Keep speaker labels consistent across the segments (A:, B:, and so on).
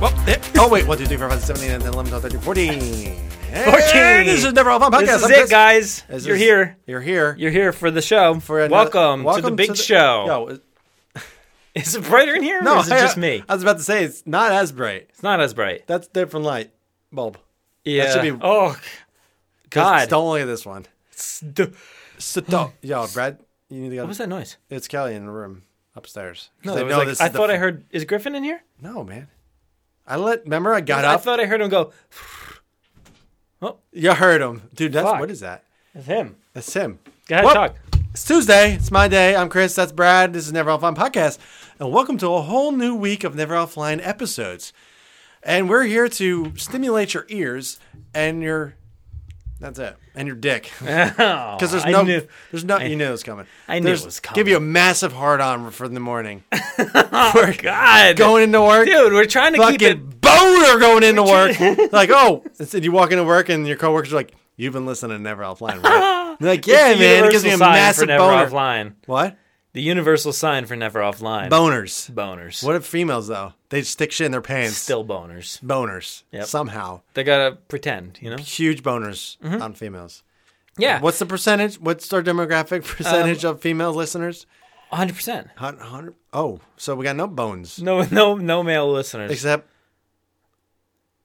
A: Well, it-
B: Oh, wait. 1, 2, 3, 4, 5, 6, 7, 8, 9, 10, 11, 12, 13, 14.
A: 14.
B: This is Never All Fun Podcast.
A: This is
B: I'm
A: it,
B: Chris.
A: guys.
B: This
A: You're
B: is-
A: here.
B: You're here.
A: You're here for the show.
B: for another-
A: welcome, to the big show.
B: Yo, it-
A: Is it brighter in here?
B: no,
A: or is it
B: I- uh,
A: just me?
B: I was about to say, it's not as bright.
A: It's not as bright.
B: That's different light bulb.
A: Yeah.
B: should be-
A: oh God.
B: Just Don't look at this one.
A: St-
B: Stop. Yo, Brad, you need to go.
A: what was that noise?
B: It's Kelly in the room upstairs.
A: No,
B: They
A: that was
B: know
A: like,
B: this
A: I
B: is the
A: thought I
B: f-
A: heard. Is Griffin in here?
B: No, man. I let. Remember, I got
A: I
B: up.
A: thought I heard him go.
B: you heard him, dude. That's
A: Fuck.
B: what is that?
A: It's him.
B: That's him.
A: Go ahead,
B: Well,
A: talk.
B: It's Tuesday. It's my day. I'm Chris. That's Brad. This is Never Offline podcast, and welcome to a whole new week of Never Offline episodes. And we're here to stimulate your ears and your. That's it. And your dick. Because
A: Because
B: there's no,
A: I knew,
B: there's no, you Oh, knew it was coming.
A: I knew it
B: There's-
A: was
B: Give
A: coming.
B: you a massive hard on for the morning.
A: Oh, God,
B: Going into work,
A: dude, we're trying to keep it.
B: fucking boner going into work. like, oh, instead you walk into work and your coworkers are like, "You've been listening to Never Offline, right?" They're like, "Yeah,
A: It's the
B: man." It gives
A: universal
B: me a
A: sign for
B: massive
A: never
B: boner.
A: offline.
B: What
A: The universal sign for never offline.
B: boners?
A: boners.
B: What if females though? They stick shit in their pants.
A: Still boners.
B: boners.
A: Yep.
B: Somehow,
A: They gotta pretend, you know.
B: huge boners on females.
A: Mm-hmm. Yeah, Um,
B: What's the percentage? What's our demographic percentage of female listeners?
A: hundred percent.
B: Hun- Hundred. Oh, so we got no bones
A: No, no, no male listeners.
B: except.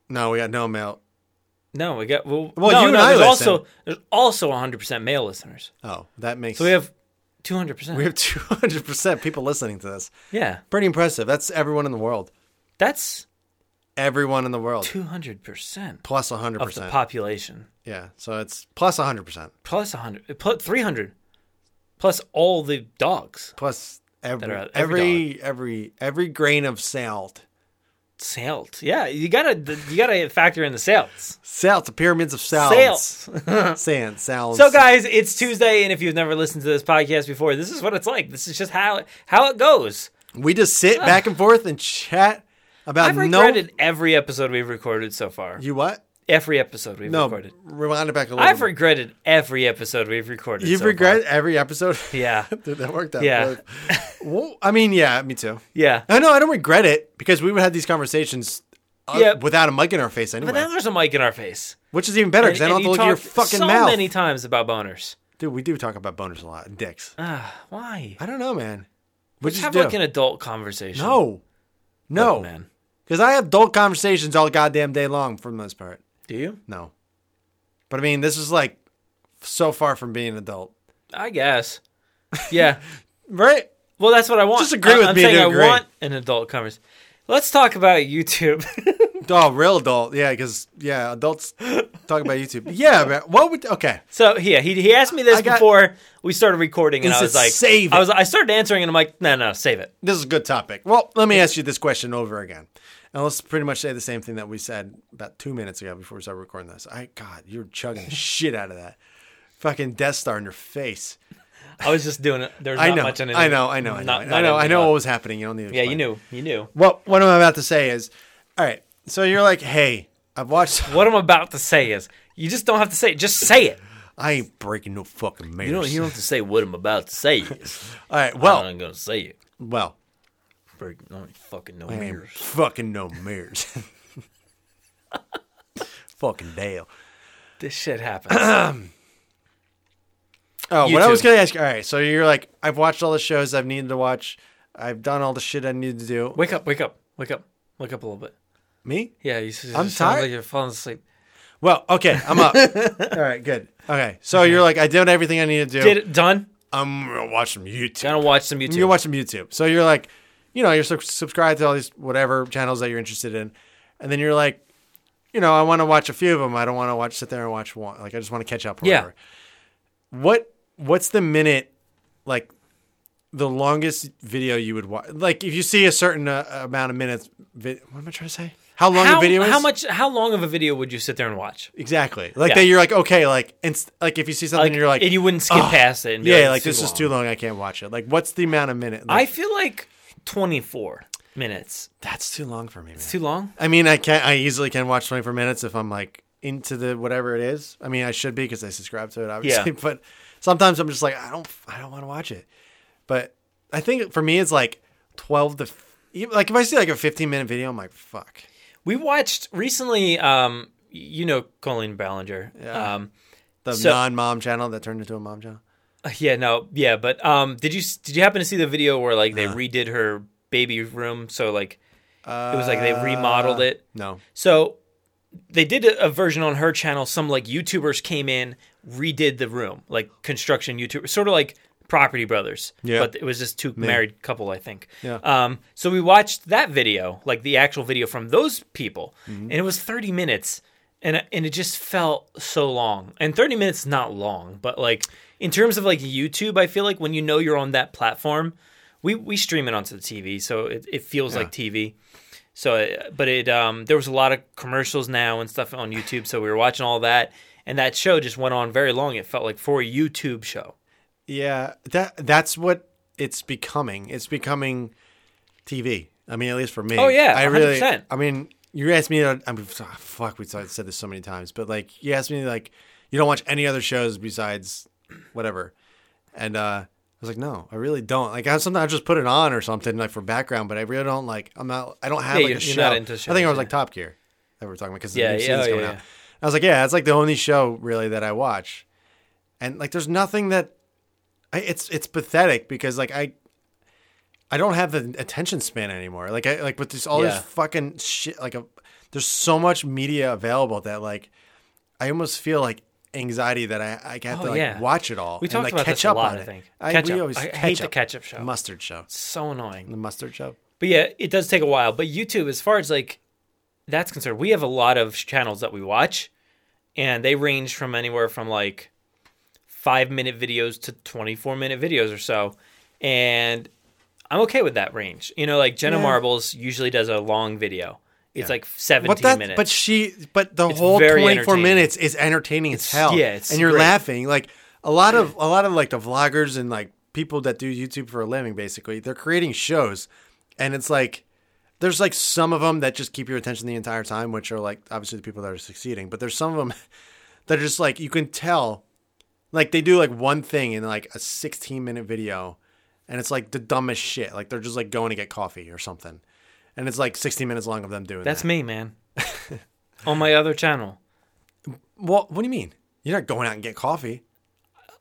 B: No, we got no male.
A: No, we got well.
B: Well,
A: no,
B: you and
A: no,
B: I
A: there's
B: listen.
A: also there's also hundred percent male listeners.
B: Oh, that makes.
A: So we have two hundred percent.
B: we have two hundred percent people listening to this.
A: Yeah,
B: Pretty impressive. That's everyone in the world.
A: that's
B: Everyone in the world.
A: two hundred percent
B: Plus 100%.
A: of the population.
B: yeah. So it's plus 100%.
A: Plus hundred, plus three hundred, plus all the dogs
B: Plus every
A: are out- every
B: every, every every grain of salt.
A: sailed. Yeah, you gotta you gotta factor in the sales.
B: Salt, the pyramids of salt.
A: Sales.
B: Sand, salt.
A: So guys, it's Tuesday, and if you've never listened to this podcast before, this is what it's like. This is just how how it goes.
B: we just sit back and forth and chat about
A: I've
B: no
A: regretted every episode we've recorded so far.
B: You what?
A: Every episode we've
B: No.
A: recorded.
B: Rewind it back a little.
A: I've
B: bit.
A: regretted every episode we've recorded.
B: You've
A: so
B: regretted every episode?
A: Far. Yeah,
B: Dude, that worked out.
A: Yeah.
B: really- Well, I mean, yeah, me too.
A: yeah.
B: I know I don't regret it because we would have these conversations uh,
A: Yeah.
B: without a mic in our face anyway.
A: But now there's a mic in our face.
B: Which is even better because I don't
A: And
B: have to
A: you
B: look at your
A: talked
B: fucking
A: so
B: mouth.
A: many times about boners.
B: Dude, we do talk about boners a lot. and Dicks.
A: Ah, why?
B: I don't know, man. We just
A: Have
B: do.
A: like an adult conversation.
B: no.
A: Look,
B: No.
A: man.
B: Because I have adult conversations all goddamn day long for the most part.
A: Do you?
B: No. But I mean, this is like so far from being an adult.
A: I guess. Yeah.
B: Right?
A: Well, that's what I want.
B: Just agree with
A: I, am
B: me
A: Saying
B: to
A: I
B: agree.
A: want an adult conversation. Let's talk about YouTube.
B: Oh, real adult. Yeah, because, yeah, adults talk about YouTube. Yeah, man. What would. Okay.
A: so yeah, he, he asked me this
B: I got-
A: before we started recording,
B: He
A: and I
B: said,
A: was like,
B: "Save
A: I
B: it."
A: was I started answering, and I'm like, no, no, save it.
B: This is a good topic. Well, let me ask you this question over again. And let's pretty much say the same thing that we said about two minutes ago before we started recording this. I God, you're chugging the shit out of that. Fucking Death Star in your face.
A: I was just doing it. There's
B: I
A: not
B: know,
A: much in it.
B: I know, I know, I know,
A: Not-
B: I know,
A: not
B: I know, I
A: anything
B: know
A: about-
B: what was happening. You don't need to
A: Yeah, you
B: explain.
A: knew, you knew.
B: Well, what I'm about to say is, all right. So you're like, hey, I've watched.
A: What I'm about to say is, you just don't have to say it. Just say it.
B: I ain't breaking no fucking manners.
A: don't have to say what I'm about to say. Is.
B: all right. Well,
A: gonna say it.
B: well,
A: Freaking, I don't fucking know
B: I ain't fucking no mirrors. fucking Dale.
A: This shit happens.
B: Oh, what I
A: YouTube.
B: was gonna ask. All right, so you're like, I've watched all the shows I've needed to watch. I've done all the shit I needed to do.
A: wake up, wake up, wake up, wake up a little bit.
B: Me?
A: Yeah, you, s- you
B: I'm
A: sound
B: tired.
A: Like you're falling asleep.
B: Well, okay, I'm up. all right, good. Okay, so you're like, I did everything I needed to do.
A: Did it done?
B: I'm gonna watch some YouTube.
A: Gonna watch some YouTube.
B: You're watching YouTube, so you're like, you know, you're sub- subscribed to all these whatever channels that you're interested in, and then you're like, you know, I want to watch a few of them. I don't want to watch sit there and watch one. Like, I just want to catch up. or
A: Yeah.
B: whatever. What What's the minute, like, the longest video you would watch? Like, if you see a certain uh, amount of minutes, vi- what am I trying to say? How long
A: how,
B: a video is?
A: how much? How long of a video would you sit there and watch?
B: Exactly. Like
A: Yeah.
B: that. You're like, okay, like, inst- like if you see something,
A: Like,
B: you're like,
A: and you wouldn't skip
B: "Ugh,
A: past it. And be
B: yeah, like,
A: it's
B: this is too long. I can't watch it. Like, what's the amount of minute?
A: I
B: Like,
A: feel like 24 minutes.
B: that's too long for me. Man.
A: Too long?
B: I mean, I can I easily can watch 24 minutes if I'm like into the whatever it is. I mean, I should be because I subscribe to it, obviously. But sometimes I'm just like, I don't, I don't want to watch it. But e, I think for me, it's like 12 to, f- even- like if I see like a 15 minute video, I'm like, fuck.
A: We watched recently. Um, you know Colleen Ballinger.
B: Yeah.
A: Um,
B: The
A: So-
B: non-mom channel that turned into a mom channel.
A: yeah. No. Yeah. But um, did you did you happen to see the video where like they redid her baby room? So like it was like they remodeled it.
B: No.
A: So they did a, a version on her channel. Some like YouTubers came in, redid the room, like construction YouTubers, sort of like Property Brothers.
B: Yeah.
A: But it was just two married couple, I think.
B: Yeah.
A: Um. So we watched that video, like the actual video from those people,
B: Mm-hmm.
A: and it was 30 minutes. And, and it just felt so long. And 30 minutes is not long, but like in terms of like YouTube, I feel like when you know you're on that platform, we, we stream it onto the TV, so it, it feels like TV. So, uh, but it um, there was a lot of commercials now and stuff on YouTube. So we were watching all that, and that show just went on very long. It felt like for a YouTube show.
B: Yeah, that that's what it's becoming. It's becoming TV. I mean, at least for me.
A: Oh, yeah,
B: I really.
A: 100%.
B: I mean, you asked me. uh, I mean, ah, fuck, we said said this so many times, but like, you asked me like, you don't watch any other shows besides whatever, and uh, I was like, no, I really don't. Like, I sometimes I just put it on or something like for background, but I really don't like. I'm not. I don't have
A: Yeah,
B: like a
A: you're- you're
B: show.
A: not into
B: I think I
A: shows,
B: was like Top Gear that we were talking about because
A: Yeah,
B: the new
A: yeah,
B: season's
A: oh,
B: coming
A: yeah,
B: out. I was like, yeah, it's like the only show really that I watch, and like, there's nothing that I, it's it's pathetic because like I I don't have the attention span anymore. Like I like with this all
A: Yeah.
B: this fucking shit. Like a, there's so much media available that like I almost feel like anxiety that I I have
A: Oh,
B: to like
A: yeah.
B: watch it all.
A: We
B: and,
A: talked
B: like,
A: about
B: catch
A: this a
B: up
A: lot.
B: on
A: I
B: it.
A: think
B: I,
A: catch
B: we
A: up.
B: always
A: I, I
B: catch
A: hate the
B: up.
A: catch up show.
B: Mustard show.
A: so annoying.
B: The mustard show.
A: But yeah, it does take a while. But YouTube, as far as like that's concerned, we have a lot of sh- channels that we watch, and they range from anywhere from like five minute videos to 24 minute videos or so. And I'm okay with that range. You know, like Jenna
B: Yeah.
A: Marbles usually does a long video, it's like 17
B: But that,
A: minutes.
B: but she, but the whole
A: very
B: twenty four
A: entertaining.
B: minutes is entertaining as hell.
A: yeah, it's
B: and you're
A: great.
B: laughing like a lot of a lot of like the vloggers and like people that do YouTube for a living. Basically, they're creating shows, and it's like there's like some of them that just keep your attention the entire time, which are like obviously the people that are succeeding. But there's some of them that are just like you can tell, like they do like one thing in like a sixteen minute video, and it's like the dumbest shit. Like they're just like going to get coffee or something. And it's like 16 minutes long of them doing that.
A: that's me, man. On my other channel,
B: Well, what do you mean? You're not going out and get coffee.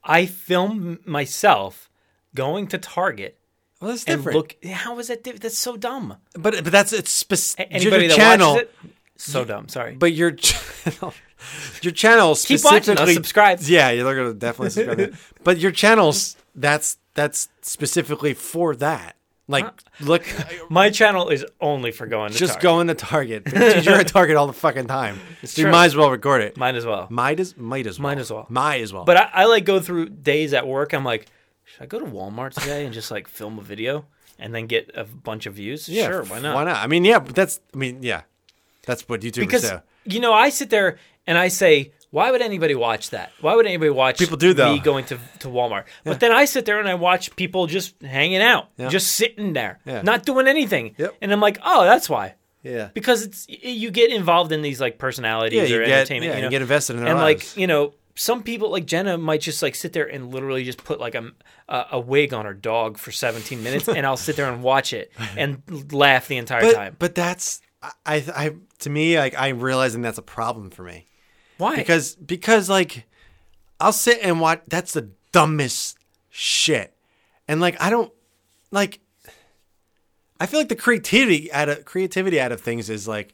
A: I film myself going to Target
B: Well, that's
A: and
B: different.
A: look. How is that? Diff- that's so dumb.
B: but but that's it's spec-
A: A- Anybody
B: your
A: that
B: channel.
A: watches it, so dumb. Sorry.
B: But your channel, your channel
A: Keep watching us,
B: specifically
A: subscribe.
B: Yeah, you're gonna definitely subscribe. but your channels, that's that's specifically for that. Like, look,
A: My channel is only for going to
B: just
A: Target.
B: going to Target. Dude, you're at Target all the fucking time. So you
A: true.
B: might as well record it.
A: Might as well.
B: Might as might as well.
A: Might as well.
B: Might as well.
A: But I, I like go through days at work. I'm like, should I go to Walmart today and just like film a video and then get a bunch of views?
B: yeah,
A: sure, why not?
B: Why not? I mean, yeah, but that's. I mean, yeah, that's what YouTubers
A: Because
B: do.
A: you know, I sit there and I say, why would anybody watch that? Why would anybody watch
B: People do, though.
A: me going to to Walmart? But then I sit there and I watch people just hanging out,
B: Yeah.
A: just sitting there,
B: Yeah.
A: not doing anything.
B: Yep.
A: And I'm like, oh, that's why.
B: Yeah.
A: because it's y- you get involved in these like personalities
B: Yeah, you
A: or
B: get-
A: entertainment.
B: yeah,
A: you,
B: you
A: know?
B: get invested in their
A: and
B: lives.
A: like you know, some people like Jenna might just like sit there and literally just put like a a, a wig on her dog for 17 minutes, and I'll sit there and watch it and laugh the entire
B: but,
A: time.
B: But that's I, I to me like I'm realizing that's a problem for me
A: Why?
B: because because like I'll sit and watch. That's the dumbest shit, and like I don't like. I feel like the creativity out of creativity out of things is like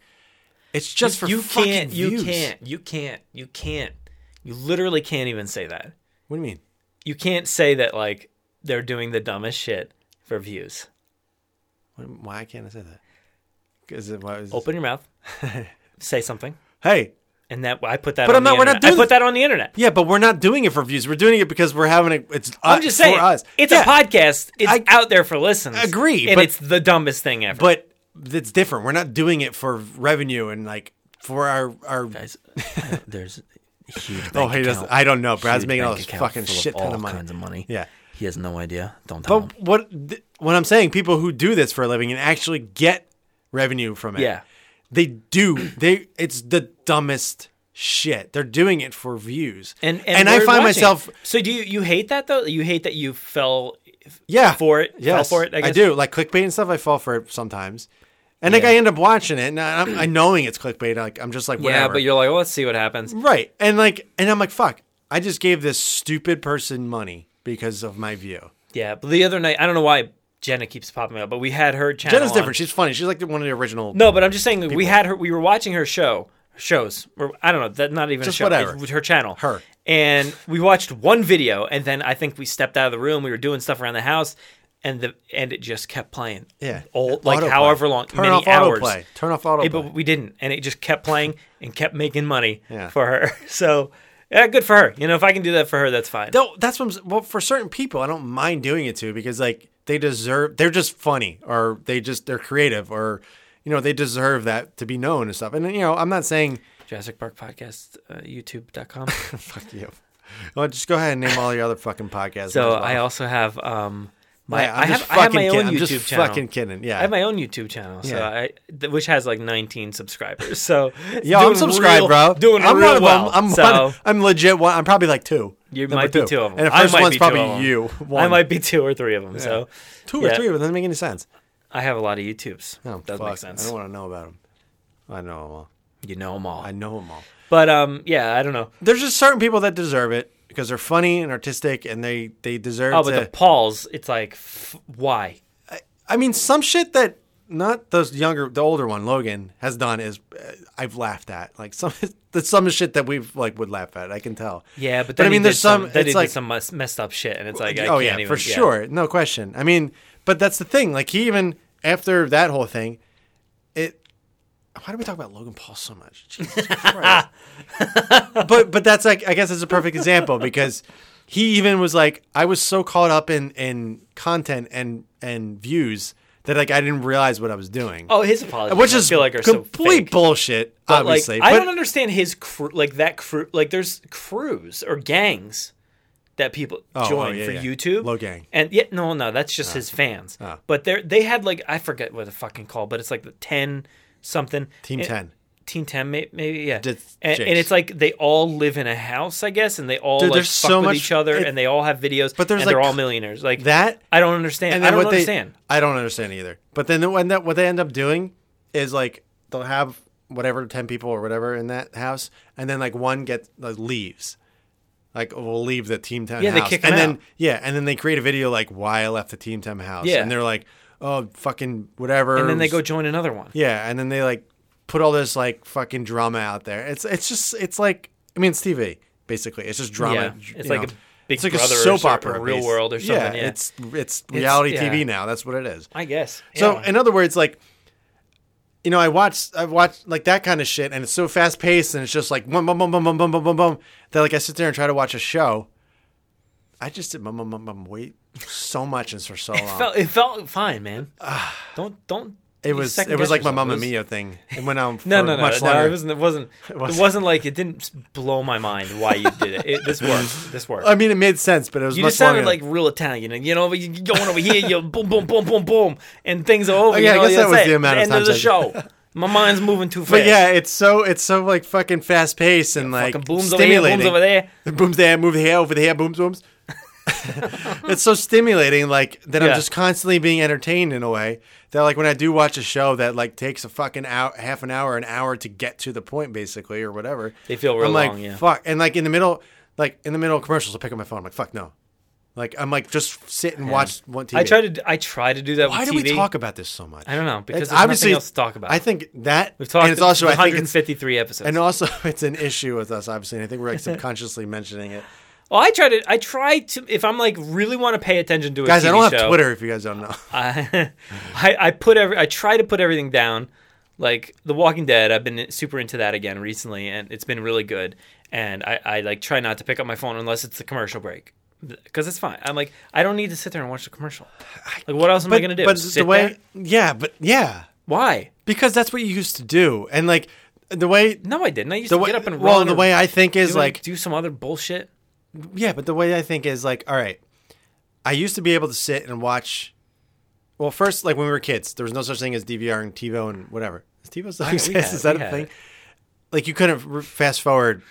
B: it's just for
A: you
B: fucking
A: can't,
B: views.
A: you can't, you can't, you can't, you literally can't even say that.
B: What do you mean?
A: You can't say that like they're doing the dumbest shit for views.
B: What, why can't I say that? Because why is
A: Open your mouth, say something,
B: hey
A: and that I put that.
B: But
A: on
B: I'm
A: the
B: not- we're not
A: internet. I
B: doing-
A: put that on the internet.
B: yeah, but we're not doing it for views. We're doing it because we're having it. It's uh,
A: I'm just saying,
B: for us.
A: it's
B: Yeah.
A: a podcast. It's
B: I-
A: out there for listeners.
B: Agree,
A: and
B: but-
A: it's the dumbest thing ever.
B: but it's different. We're not doing it for revenue and like for our our.
C: Guys, I- there's a huge.
B: oh,
C: Bank
B: he doesn't.
C: account,
B: I don't know. Brad's
C: huge
B: making all
C: bank
B: this
C: account
B: fucking
C: full of
B: shit ton
C: all
B: of money.
C: kinds of money.
B: Yeah.
C: he has no idea. Don't tell him.
B: But what th- what I'm saying, people who do this for a living and actually get revenue from it,
A: Yeah.
B: they do. They it's the dumbest shit. They're doing it for views,
A: and and,
B: I
A: we're
B: find
A: watching
B: myself,
A: it. So do you you hate that though? You hate that you fell
B: yeah,
A: for it?
B: Yes,
A: Fell for it? I, guess?
B: do like clickbait and stuff. I fall for it sometimes, And like I end up watching it, and I'm, I knowing it's clickbait. Like I'm just like, whatever.
A: Yeah, but you're like, well, let's see what happens.
B: Right. And like and I'm like, fuck, I just gave this stupid person money because of my view.
A: Yeah, but the other night, I don't know why Jenna keeps popping up, but we had her channel.
B: Jenna's
A: on.
B: different. She's funny. She's like the- one of the original
A: No, but I'm just saying we had her. We were watching her show shows. Or, I don't know that not even
B: Just
A: a show.
B: whatever.
A: It was her channel.
B: Her.
A: And we watched one video, and then I think we stepped out of the room. We were doing stuff around the house, and the and it just kept playing.
B: Yeah.
A: All, like
B: Autoplay.
A: however long,
B: Turn
A: many
B: off
A: hours.
B: autoplay. Turn off
A: Yeah,
B: autoplay.
A: but we didn't, and it just kept playing and kept making money
B: Yeah.
A: for her. So, yeah, good for her. You know, if I can do that for her, that's fine.
B: No, that's what I'm s- well for certain people I don't mind doing it to because like they deserve they're just funny or they just they're creative or you know they deserve that to be known and stuff. And you know, I'm not saying
A: Jurassic Park Podcast, uh, YouTube.com.
B: fuck you. Well, just go ahead and name all your other fucking podcasts.
A: so
B: as well.
A: I also have um my
B: Yeah, I'm
A: I have
B: just
A: I have
B: fucking
A: my own
B: kidding. I'm
A: YouTube
B: just
A: channel.
B: fucking kidding. Yeah.
A: I have my own YouTube channel, so
B: Yeah.
A: I th- which has like 19 subscribers. So it's
B: Yo, I'm
A: doing
B: subscribed,
A: real-
B: bro.
A: Doing
B: I'm
A: real
B: one of
A: well.
B: them. I'm
A: so
B: one, I'm legit one. I'm probably like two.
A: you
B: Number
A: might be two of them.
B: And the
A: I
B: first
A: might
B: one's
A: be two of
B: probably
A: 'em.
B: you. One.
A: I might be two or three of them. So
B: two or
A: yeah.
B: three. It doesn't make any sense.
A: I have a lot of YouTubes.
B: Oh,
A: Does
B: fuck.
A: make
B: I
A: sense.
B: don't want to know about them. I know them all.
A: You know them all.
B: I know them all.
A: but um, yeah, I don't know.
B: There's just certain people that deserve it because they're funny and artistic and they they deserve.
A: Oh, but
B: to,
A: the Pauls, it's like, f- why?
B: I mean, some shit that not the younger, the older one, Logan, has done is uh, I've laughed at. Like some, that's some shit that we've like would laugh at. I can tell.
A: Yeah, but,
B: I
A: then he
B: mean,
A: did
B: there's some.
A: then he
B: it's
A: did
B: like
A: some mess- messed up shit, and it's like, I
B: oh
A: can't
B: yeah,
A: even,
B: for sure, no question. I mean, but that's the thing. Like he even after that whole thing, it. Why do we talk about Logan Paul so much? Jesus Christ. but but that's like I guess it's a perfect example because he even was like I was so caught up in in content and and views that like I didn't realize what I was doing,
A: Oh, his apologies,
B: which
A: I
B: is
A: feel like are so
B: complete
A: fake.
B: bullshit.
A: But, like,
B: obviously,
A: I
B: but
A: don't understand his crew, like that crew. Like, there's crews or gangs that people
B: oh,
A: join
B: yeah,
A: for
B: yeah.
A: YouTube.
B: Low gang. Ah.
A: And yeah, no, no, that's just his fans. But they they had like I forget what the fucking call, but it's like the ten something
B: Team
A: And-
B: 10.
A: Team ten, may- maybe yeah.
B: That's
A: and,
B: Jake's.
A: and it's like they all live in a house, I guess, and they all
B: Dude,
A: like fuck
B: there's so
A: with
B: much-
A: each other,
B: it-
A: and they all have videos.
B: But there's,
A: and they're
B: like,
A: all millionaires. Like
B: that
A: I don't understand. I don't
B: what they-
A: understand.
B: I don't understand either. But then what, that, what they end up doing is like they'll have whatever ten people or whatever in that house, and then like one gets like, leaves, like will leave the team ten.
A: Yeah, they
B: house.
A: kick 'em
B: and then
A: out.
B: yeah, and then they create a video like why I left the team ten house.
A: Yeah.
B: and they're like, oh fucking whatever.
A: and then they go join another one.
B: yeah, and then they like put all this like fucking drama out there. It's it's just it's like I mean it's TV basically. It's just drama.
A: Yeah,
B: you
A: it's like
B: know.
A: a Big
B: It's like
A: Brother
B: a
A: or
B: soap
A: something,
B: opera,
A: Real
B: bas-
A: World or something. Yeah,
B: it's it's reality
A: yeah.
B: TV now. That's what it is.
A: I guess.
B: So
A: yeah.
B: in other words, like you know, I watched I've watched like that kind of shit and it's so fast paced and it's just like bum bum bum bum bum bum bum bum bum that like I sit there and try to watch a show. I just did bum bum bum bum wait so much and for so
A: It
B: long.
A: felt it felt fine, man. don't don't.
B: Ah. it was it was like my Mamma Mia thing. It went on for
A: No, no, no,
B: much
A: no.
B: longer.
A: It wasn't. It wasn't. It
B: wasn't.
A: wasn't, like it didn't s- blow my mind why you did it. it this worked. This worked.
B: I mean, it made sense, but it was
A: you
B: much
A: just sounded
B: longer.
A: like real Italian, and you know you you going over here, you boom, boom, boom, boom, boom, and things are over.
B: Oh, yeah,
A: you
B: I
A: know,
B: guess that
A: that's
B: was
A: it,
B: the amount of
A: end of the
B: times I
A: show. my mind's moving too fast.
B: but yeah, it's so it's so like fucking fast paced and like
A: fucking booms over here,
B: stimulating.
A: booms over there.
B: The booms there, move the hair over the hair, booms, booms. it's so stimulating, like that I'm
A: Yeah.
B: just constantly being entertained in a way that, like, when I do watch a show that like takes a fucking hour, half an hour, an hour to get to the point, basically, or whatever.
A: They feel real
B: I'm like,
A: long, yeah.
B: fuck, and like in the middle, like in the middle of commercials, I pick up my phone. I'm like, fuck no, like I'm like just sit and watch one TV.
A: I try to. d- I try to do that.
B: Why
A: with
B: do
A: TV.
B: we talk about this so much?
A: I don't know, because
B: It's
A: there's nothing else to talk about.
B: I think that
A: We've talked.
B: and it's also I think it's
A: 153 episodes.
B: and also, it's an issue with us, obviously. And I think we're like subconsciously mentioning it.
A: Well, I try to. I try to. If I'm like really want to pay attention to a
B: Guys, I
A: TV
B: don't have
A: show,
B: Twitter if you guys don't know.
A: I, I I put every. I try to put everything down. Like The Walking Dead, I've been super into that again recently, and it's been really good. And I, I like try not to pick up my phone unless it's the commercial break, because it's fine. I'm like I don't need to sit there and watch the commercial. Like what else am I gonna do?
B: But
A: Sit
B: the way,
A: there?
B: yeah, but yeah,
A: Why?
B: because that's what you used to do. And like the way,
A: No, I didn't. I used
B: the
A: to
B: way,
A: get up and
B: well,
A: run.
B: the
A: or
B: way I think
A: do,
B: is like,
A: do some other bullshit.
B: yeah, but the way I think is like, all right, I used to be able to sit and watch. Well, first, like when we were kids, there was no such thing as DVR and TiVo and whatever. Is TiVo still exist?
A: had-
B: Is that
A: we
B: a
A: had
B: thing?
A: it.
B: Like you couldn't re- fast forward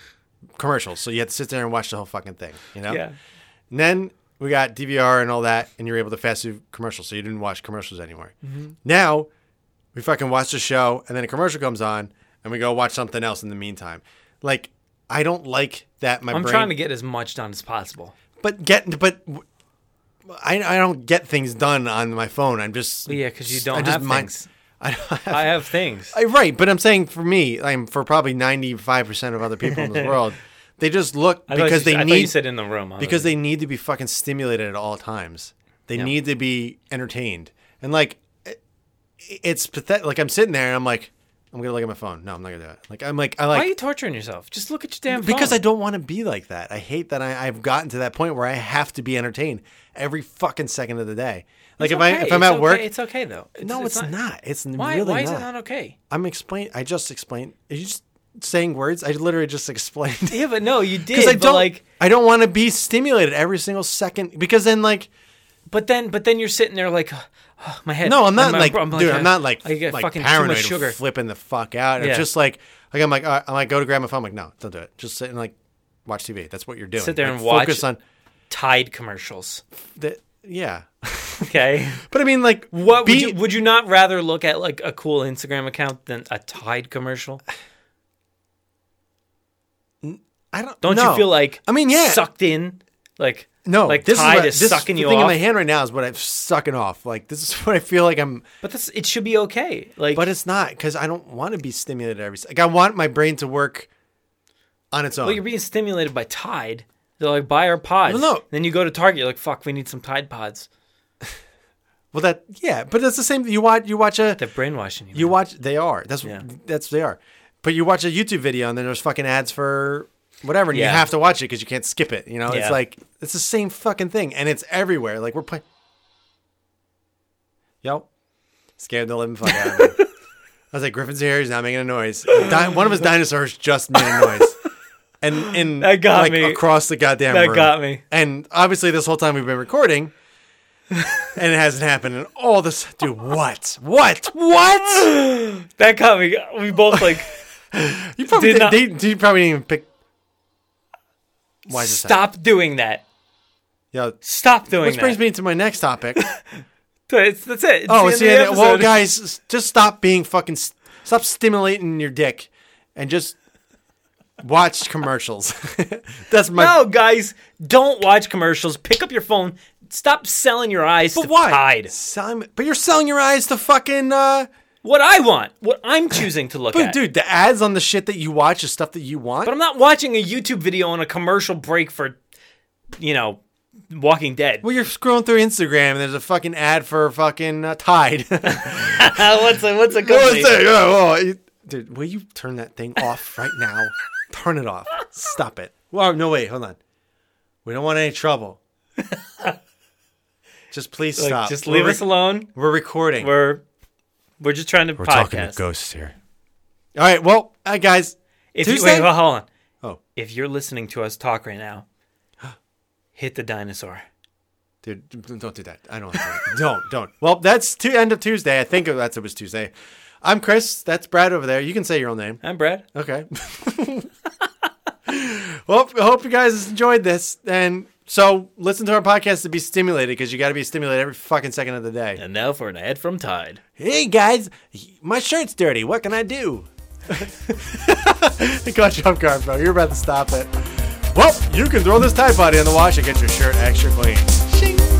B: commercials, so you had to sit there and watch the whole fucking thing. You know?
A: Yeah.
B: And then we got
A: Mm-hmm.
B: DVR and all that, and you're able to fast through commercials, so you didn't watch commercials anymore. Now We fucking watch the show, and then a commercial comes on, and we go watch something else in the meantime. Like, I don't like that. My
A: I'm
B: brain,
A: trying to get as much done as possible.
B: but get, but w- I, I don't get things done on my phone. I'm just
A: yeah, 'cause you
B: I
A: don't
B: just
A: have
B: mind-
A: things.
B: I don't have,
A: I have things.
B: I- right, but I'm saying for me, I'm for probably 95 percent of other people in this world, they just look
A: I thought
B: because
A: you,
B: they
A: I thought you
B: need
A: said in the room I was
B: because they need to be fucking stimulated at all times. They need to be entertained. And like, it- it's pathetic. Like I'm sitting there and I'm like, I'm gonna look at my phone. No, I'm not gonna do it. Like I'm like I
A: Why are
B: like
A: you torturing yourself? Just look at your damn
B: because I
A: phone.
B: don't want to be like that. I hate that I, I've gotten to that point where I have to be entertained every fucking second of the day. Like
A: It's
B: if I
A: okay,
B: if I'm
A: it's
B: at
A: okay,
B: work,
A: it's okay though.
B: no, it's, not. It's
A: Why?
B: really
A: why
B: not.
A: is it not okay?
B: I'm explain. I just explained. Are you just saying words? I literally just explained.
A: Yeah, but no, you did.
B: Because I
A: but
B: don't
A: like,
B: I don't want to be stimulated every single second. Because then like.
A: but then, but then you're sitting there like, "Ugh, my head.
B: No, I'm not
A: my-
B: like, dude.
A: uh,
B: I'm not like,
A: I get
B: like
A: fucking too
B: paranoid,
A: much
B: of
A: sugar.
B: flipping the fuck out. It's
A: Yeah.
B: just like, like I'm like, all right, I'm like, go to grab my phone. I'm like, no, don't do it. Just sit and like watch TV. That's what you're doing.
A: Sit there
B: Like,
A: and watch
B: Focus on
A: Tide commercials.
B: the, yeah.
A: Okay.
B: But I mean, like,
A: What
B: be,
A: would you, would you not rather look at like a cool Instagram account than a Tide commercial?
B: I don't.
A: Don't
B: no.
A: you feel like
B: I mean, yeah.
A: sucked in? Like
B: no,
A: like
B: this
A: Tide
B: is, what,
A: is,
B: this
A: sucking
B: the
A: you
B: thing in
A: off.
B: my hand right now is what I'm sucking off. Like this is what I feel like I'm.
A: But this it should be okay. Like
B: But it's not because I don't want to be stimulated every. se- Like I want my brain to work on its own.
A: Well, you're being stimulated by Tide. They're like, buy our pods.
B: No, no.
A: Then you go to Target. You're like, fuck, we need some Tide pods.
B: well, that yeah, but that's the same. You watch you watch a
A: They're brainwashing you.
B: You watch. They are. That's
A: Yeah.
B: that's they are. But you watch a YouTube video and then there's fucking ads for whatever, and
A: Yeah.
B: you have to watch it because you can't skip it. You know, it's
A: Yeah.
B: like it's the same fucking thing, and it's everywhere. Like we're playing. Yo, scared the living fuck out of me. I was like, Griffin's here. He's not making a noise. Di- one of his dinosaurs just made a noise. And in
A: That got
B: like
A: me.
B: across the goddamn
A: That
B: room.
A: got me.
B: And obviously, this whole time we've been recording, and it hasn't happened. And all this, dude, what, what, what?
A: that got me. We both like
B: You probably
A: Did
B: did
A: not-
B: they, you probably didn't even pick. Why is this? happening?
A: stop doing that.
B: Yeah.
A: Stop doing
B: Which
A: that.
B: brings me to my next topic.
A: It's- that's it. It's
B: Oh,
A: the
B: it's
A: end
B: the
A: of
B: end.
A: the
B: Well,
A: episode.
B: guys, s- just stop being fucking. s- Stop stimulating your dick, and just watch commercials. That's my.
A: No, guys, don't watch commercials. Pick up your phone. Stop selling your eyes
B: but
A: to
B: why?
A: Tide.
B: Selling, but you're selling your eyes to fucking. Uh,
A: What I want, what I'm choosing to look
B: but
A: at.
B: dude, the ads on the shit that you watch is stuff that you want.
A: But I'm not watching a YouTube video on a commercial break for, you know, Walking Dead.
B: well, you're scrolling through Instagram and there's a fucking ad for fucking uh, Tide.
A: what's a what's a
B: Well,
A: company?
B: it's like, oh, well, you- dude, will you turn that thing off right now? turn it off. Stop it. Well, no, wait, hold on. We don't want any trouble. just please
A: Like,
B: stop.
A: just
B: We're
A: leave
B: rec-
A: us alone.
B: We're recording.
A: We're we're just trying to
B: We're
A: podcast.
B: ghosts here. All right. Well, hi guys.
A: If you,
B: Tuesday.
A: wait, well, hold on.
B: Oh.
A: If you're listening to us talk right now, hit the dinosaur.
B: Dude, d- d- don't do that. I don't. want to do that. don't, don't. Well, that's to end of Tuesday. I think that's it was Tuesday. I'm Chris. That's Brad over there. You can say your own name.
A: I'm Brad.
B: Okay. well, I hope you guys enjoyed this. And so listen to our podcast to be stimulated because you got to be stimulated every fucking second of the day.
A: And now for an ad from Tide.
B: Hey, guys, my shirt's dirty. What can I do? I caught you off guard, bro. You're about to stop it. Well, you can throw this Tide Body in the wash and get your shirt extra clean. Shing.